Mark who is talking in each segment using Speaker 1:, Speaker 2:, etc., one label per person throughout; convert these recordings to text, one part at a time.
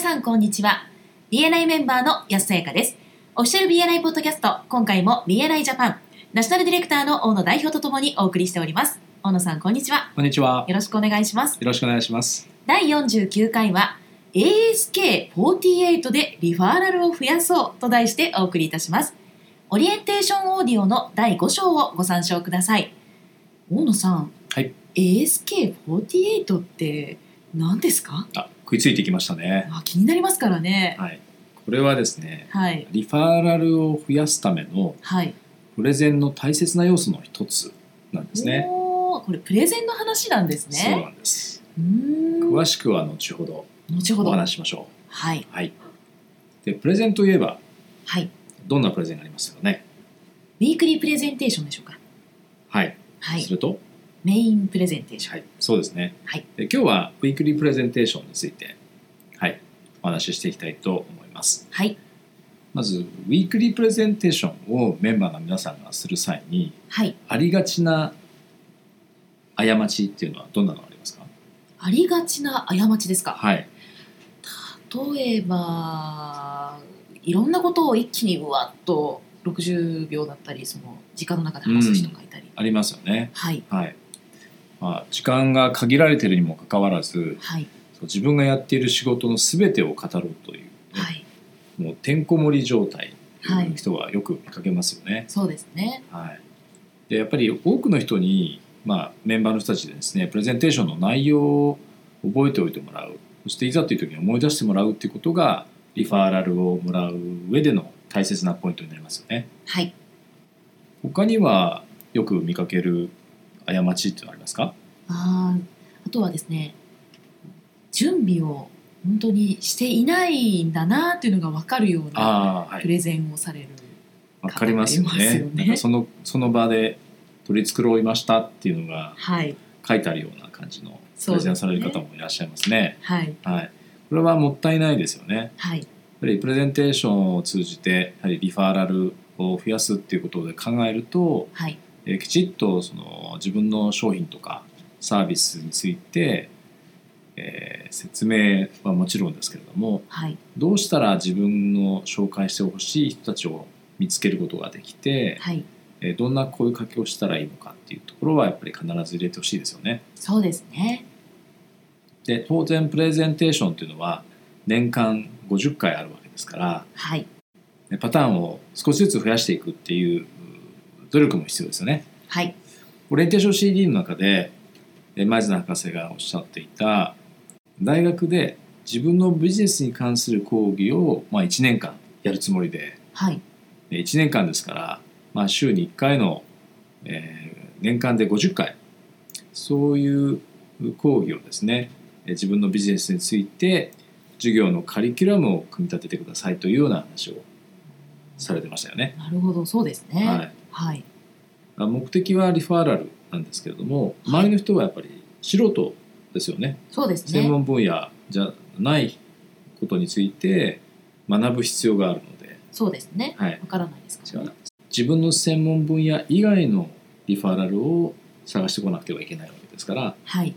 Speaker 1: さんこんにちは BNI メンバーの安さやかですオフィシャル BNI ポッドキャスト今回も BNI ジャパンナショナルディレクターの大野代表とともにお送りしております大野さんこんにちは
Speaker 2: こんにちは。
Speaker 1: よろしくお願いします
Speaker 2: よろしくお願いします。
Speaker 1: 第49回は ASK48 でリファーラルを増やそうと題してお送りいたしますオリエンテーションオーディオの第5章をご参照ください大野さん、
Speaker 2: はい、
Speaker 1: ASK48 って何ですか
Speaker 2: あ、食いついてきましたね。
Speaker 1: あ気になりますからね
Speaker 2: はい。これはですね、
Speaker 1: はい
Speaker 2: リファーラルを増やすための
Speaker 1: はい
Speaker 2: プレゼンの大切な要素の一つなんですね。
Speaker 1: おーこれプレゼンの話なんです
Speaker 2: そうな
Speaker 1: ね
Speaker 2: んです。
Speaker 1: うーん
Speaker 2: 詳しくは後ほど
Speaker 1: 後ほ
Speaker 2: お
Speaker 1: ど
Speaker 2: 話ししましょ
Speaker 1: はい、
Speaker 2: う。はい。で、プレゼンといえば
Speaker 1: はい、
Speaker 2: どんなプレゼンがありますよね。
Speaker 1: ウィークリープレゼンテーションでしょうか
Speaker 2: はい。
Speaker 1: はい
Speaker 2: すると、
Speaker 1: メインプレゼンテーション
Speaker 2: はい、そうですね。
Speaker 1: はい。
Speaker 2: で、今日はウィークリープレゼンテーションについて、はい、お話ししていきたいと思います。
Speaker 1: はい
Speaker 2: まず、ウィークリープレゼンテーションをメンバーの皆さんがする際に、
Speaker 1: はい
Speaker 2: ありがちな過ちっていうのはどんなのがありますか
Speaker 1: ありがちな過ちですか
Speaker 2: はい
Speaker 1: 例えばいろんなことを一気にうわっと60秒だったりその時間の中で話す人がいたり、
Speaker 2: ありますよね
Speaker 1: はい
Speaker 2: はい、まあ、時間が限られてるにもかかわらず
Speaker 1: はい
Speaker 2: そう自分がやっている仕事の全てを語ろうという、
Speaker 1: はい
Speaker 2: もうてんこ盛り状態
Speaker 1: は
Speaker 2: とい
Speaker 1: いう
Speaker 2: 人はよく見かけますよね、
Speaker 1: そうですね
Speaker 2: はい、でやっぱり多くの人に、まあ、メンバーの人たちでですねプレゼンテーションの内容を覚えておいてもらうそしていざという時に思い出してもらうっていうことがリファーラルをもらう上での大切なポイントになりますよね
Speaker 1: はい
Speaker 2: 他にはよく見かける過ちっていうのはありますか
Speaker 1: あーあとはですね準備を本当にしていないんだなっていうのが分かるような
Speaker 2: ああは
Speaker 1: プ
Speaker 2: い
Speaker 1: レゼンをされる、
Speaker 2: わかりますよ
Speaker 1: わかります
Speaker 2: ね
Speaker 1: よね
Speaker 2: なんかそのその場で取り繕いましたっていうのが
Speaker 1: はい
Speaker 2: 書いてあるような感じのプ
Speaker 1: そうで
Speaker 2: レ
Speaker 1: す
Speaker 2: ゼ
Speaker 1: ね
Speaker 2: ンされる方もいらっしゃいますね
Speaker 1: はい
Speaker 2: はいこれはもったいないですよね
Speaker 1: はい
Speaker 2: やっぱりプレゼンテーションを通じてやはりリファーラルを増やすっていうことで考えると、
Speaker 1: はい
Speaker 2: えーきちっとその自分の商品とかサービスについて、えー説明はもちろんですけれども
Speaker 1: はい
Speaker 2: どうしたら自分の紹介してほしい人たちを見つけることができて、
Speaker 1: はい
Speaker 2: えーどんな声かけをしたらいいのかっていうところはやっぱり必ず入れてほしいですよね。
Speaker 1: そうですね
Speaker 2: で当然プレゼンテーションっていうのは年間50回あるわけですから。
Speaker 1: はい
Speaker 2: ねパターンを少しずつ増やしていくっていうう努力も必要ですよね。
Speaker 1: はい
Speaker 2: オリエンテーション CD の中でえ前津博士がおっしゃっていた大学で自分のビジネスに関する講義を、まあ、1年間やるつもりで
Speaker 1: はい
Speaker 2: 1年間ですから、まあ、週に1回の、えー年間で50回そういう講義をですねえ自分のビジネスについて授業のカリキュラムを組み立ててくださいというような話をされてましたよね。
Speaker 1: なるほどそうですね
Speaker 2: はい、
Speaker 1: はい
Speaker 2: あ目的はリファーラルなんですけれども周りの人はやっぱり素人ですよね
Speaker 1: そうです
Speaker 2: 専
Speaker 1: ね。
Speaker 2: 門分野じゃないことについて学ぶ必要があるので、
Speaker 1: そうですね。
Speaker 2: はい、
Speaker 1: わからないです
Speaker 2: 違
Speaker 1: か
Speaker 2: う
Speaker 1: ら
Speaker 2: な
Speaker 1: ね。
Speaker 2: 自分の専門分野以外のリファーラルを探してこなくてはいけないわけですから、
Speaker 1: はい。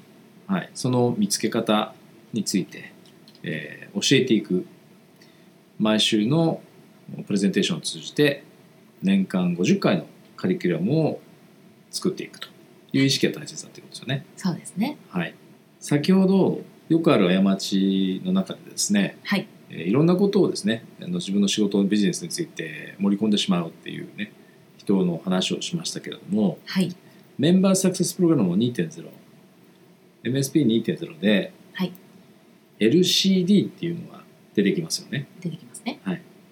Speaker 2: はい、その見つけ方について、えー教えていく毎週のプレゼンテーションを通じて年間50回のカリキュラムを作っていくという意識が大切だということですよね。
Speaker 1: そうですね。
Speaker 2: はい、先ほどよくある過ちの中でですね、
Speaker 1: はい。
Speaker 2: えーいろんなことをですねあの自分の仕事のビジネスについて盛り込んでしまうっていうね人の話をしましたけれども
Speaker 1: はい。
Speaker 2: メンバーサクセスプログラム 2.0MSP2.0 で、
Speaker 1: はい
Speaker 2: LCD っていうのが出てきますよね
Speaker 1: 出てきますね。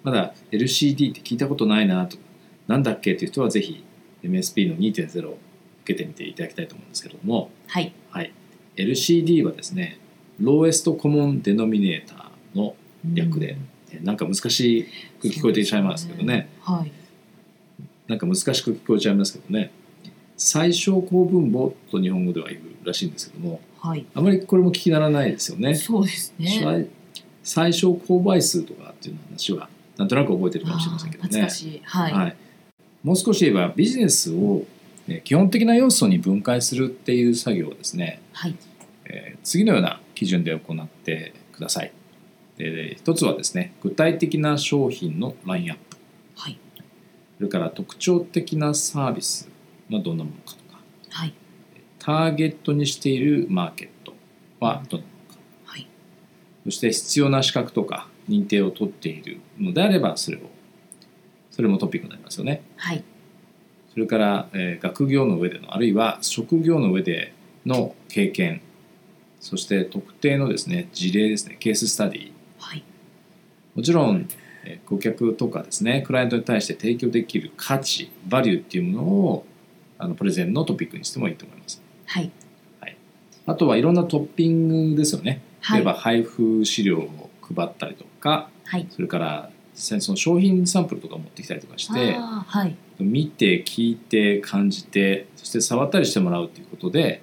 Speaker 2: まだ LCD って聞いたことないなとかなんだっけっていう人はぜひ MSP の2.0を受けてみていただきたいと思うんですけれども
Speaker 1: はい。
Speaker 2: はい、LCD はですねローエストコモンデノミネーターの略で
Speaker 1: うん
Speaker 2: えなんか難しく聞こえてきちゃいますけどね。
Speaker 1: そうですね
Speaker 2: なんか難しく聞こえちゃいますけどね最小公分母と日本語では言うらしいんですけども
Speaker 1: はい。
Speaker 2: あまりこれも聞きならないですよ
Speaker 1: はい。
Speaker 2: ね。
Speaker 1: そうですね。
Speaker 2: 最最小公倍数とかっていう話はなんとなく覚えてるかもしれませんけど
Speaker 1: あー懐
Speaker 2: ね
Speaker 1: か。しい。はい。
Speaker 2: はい、もう少し言えばビジネスをえ基本的な要素に分解するっていう作業をですね
Speaker 1: はい。
Speaker 2: えー次のような基準で行ってください。でえー一つはですね具体的な商品のラインアップ
Speaker 1: はい
Speaker 2: それから特徴的なサービスがどんなものかとか
Speaker 1: はい
Speaker 2: ターゲットにしているマーケットはどんなものか
Speaker 1: はい
Speaker 2: そして必要な資格とか認定を取っているのであればそれをそれもトピックになりますよね
Speaker 1: はい
Speaker 2: それから、えー学業の上でのあるいは職業の上での経験そして特定のですね事例ですねケーススタディ
Speaker 1: はい
Speaker 2: もちろんえー顧客とかですねクライアントに対して提供できる価値バリューっていうものをあのプレゼンのトピックにしてもいいと思います
Speaker 1: はい
Speaker 2: あとはいろんなトッピングですよね
Speaker 1: は
Speaker 2: 例え
Speaker 1: い
Speaker 2: ば配布資料を配ったりとか
Speaker 1: はい
Speaker 2: それから実際にその商品サンプルとか持ってきたりとかして
Speaker 1: あーはい
Speaker 2: 見て聞いて感じてそして触ったりしてもらうということで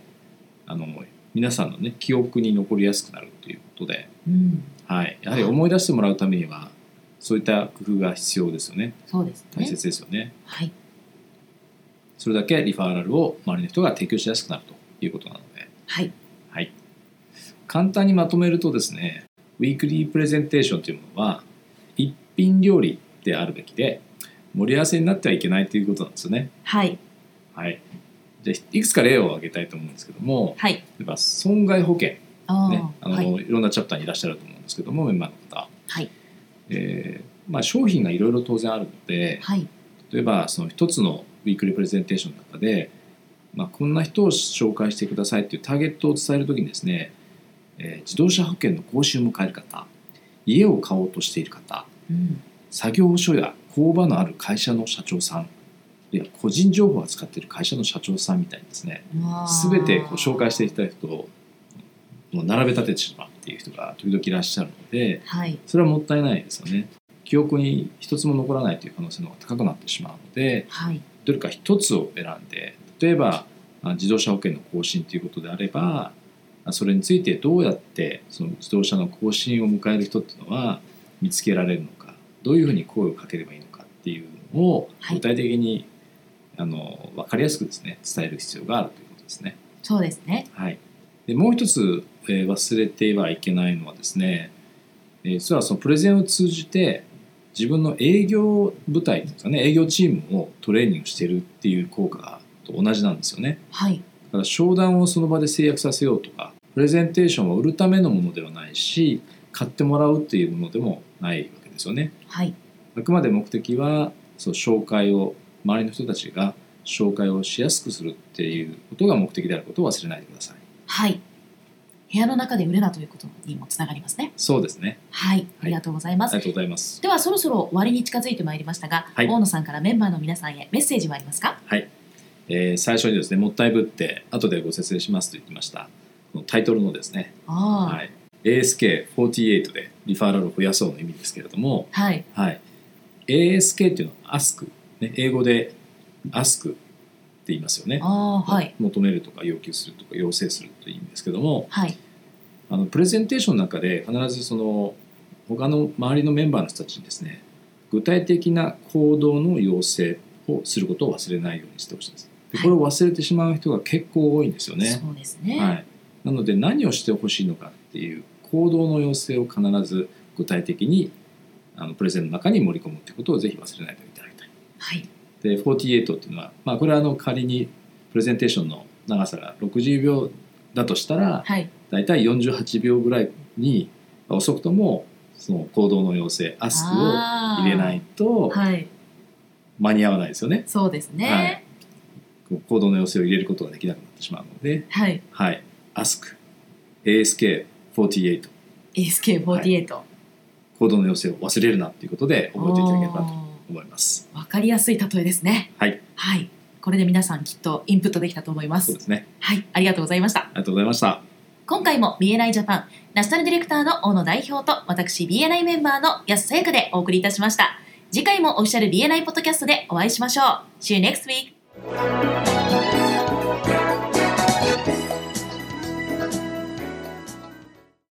Speaker 2: あの皆さんのね記憶に残りやすくなるということで、
Speaker 1: うん
Speaker 2: はい、やはり思い出してもらうためにはそういった工夫が必要ですよね
Speaker 1: そうです
Speaker 2: 大
Speaker 1: ね
Speaker 2: 切ですよね
Speaker 1: はい
Speaker 2: それだけリファーラルを周りの人が提供しやすくなるということなので、
Speaker 1: はい
Speaker 2: はい、簡単にまとめるとですねウィークリープレゼンテーションというものは一品料理であるべきで盛り合わせになってはいけないということなんですよね
Speaker 1: はい
Speaker 2: はい。じゃあいくつか例を挙げたいと思うんですけども、
Speaker 1: はい
Speaker 2: 例えば損害保険ね、
Speaker 1: あー
Speaker 2: あの、
Speaker 1: はい
Speaker 2: い、ろんなチャプターにいらっしゃると思うんですけども、メンバーの方、
Speaker 1: はい
Speaker 2: えーまあ商品がいろいろ当然あるので、
Speaker 1: はい
Speaker 2: 例えばその一つのウィークリープレゼンテーションの中で、まあこんな人を紹介してくださいっていうターゲットを伝えるときにですね、えー自動車保険の講習も変える方、家を買おうとしている方、
Speaker 1: うん
Speaker 2: 作業所や工場のある会社の社長さん、いや個人情報を扱っている会社の社長さんみたいにですね。
Speaker 1: あー
Speaker 2: 全てこう紹介していきたい人をもう並べ立ててしまうっていう人が時々いらっしゃるので
Speaker 1: はい
Speaker 2: それはもったいないですよね記憶に一つも残らないという可能性の方が高くなってしまうので
Speaker 1: はい
Speaker 2: どれか一つを選んで例えばあ自動車保険の更新ということであればあそれについてどうやってその自動車の更新を迎える人っていうのは見つけられるのかどういうふうに声をかければいいのかっていうのを
Speaker 1: はい
Speaker 2: 具体的に、あの分かりやすくですね伝える必要があるということですね。
Speaker 1: そうですね
Speaker 2: はい、でもう一つ、えー忘れてはいけないのはですね、えー実はそのプレゼンを通じて自分の営業部隊ですかね営業チームをトレーニングしてるっていう効果と同じなんですよね
Speaker 1: はい
Speaker 2: だから商談をその場で制約させようとかプレゼンテーションを売るためのものではないし買ってもらうっていうものでもないわけですよね
Speaker 1: はい
Speaker 2: あくまで目的はそう紹介を周りの人たちが紹介をしやすくするっていうことが目的であることを忘れないでください
Speaker 1: はい部屋の中で売れなということにもつながりますね
Speaker 2: そうですね
Speaker 1: はいありがとうございます、
Speaker 2: ありがとうございます。
Speaker 1: ではそろそろ終わりに近づいてまいりましたが、
Speaker 2: はい
Speaker 1: 大野さんからメンバーの皆さんへメッセージはありますか
Speaker 2: えー最初にですね、もったいぶって、後でご説明しますと言ってました。このタイトルのですね、
Speaker 1: あ
Speaker 2: はい、ASK48 でリファーラルを増やそうの意味ですけれども、
Speaker 1: あはい
Speaker 2: はい、ASK っていうのは ask、ね、英語で ask って言いますよね。
Speaker 1: ああはい
Speaker 2: 求めるとか要求するとか要請するという意味ですけども、
Speaker 1: はい
Speaker 2: あのプレゼンテーションの中で必ずその他の周りのメンバーの人たちにですね、具体的な行動の要請をすることを忘れないようにしてほしいんです。で
Speaker 1: はい
Speaker 2: これを忘れてしまう人が結構多いんですよね。
Speaker 1: そうですね
Speaker 2: はい、なので何をしてほしいのかっていう行動の要請を必ず具体的にあのプレゼンの中に盛り込むってことをぜひ忘れないでいただきたい。
Speaker 1: はい
Speaker 2: で48っていうのは、まあ、これはあの仮にプレゼンテーションの長さが60秒だとしたら
Speaker 1: はい
Speaker 2: 大体48秒ぐらいに遅くともその行動の要請アスクを
Speaker 1: あー
Speaker 2: 入れないと
Speaker 1: はい
Speaker 2: 間に合わないですよね。
Speaker 1: そうですね
Speaker 2: こう行動の要請を入れることができなくなってしまうので、
Speaker 1: はい、
Speaker 2: はい、アスク ASK48
Speaker 1: ASK48
Speaker 2: 行動の要請を忘れるなっていうことで覚えていただければと思います。
Speaker 1: わかりやすい例えですね
Speaker 2: はい、
Speaker 1: はいこれで皆さんきっとインプットできたと思いま
Speaker 2: そう
Speaker 1: す
Speaker 2: ですね。
Speaker 1: はいありがとうございました
Speaker 2: ありがとうございました。
Speaker 1: 今回も BNI ジャパンナショナルディレクターの大野代表と私 BNI メンバーの安さやかでお送りいたしました次回もオフィシャル BNI ポッドキャストでお会いしましょう See you next week!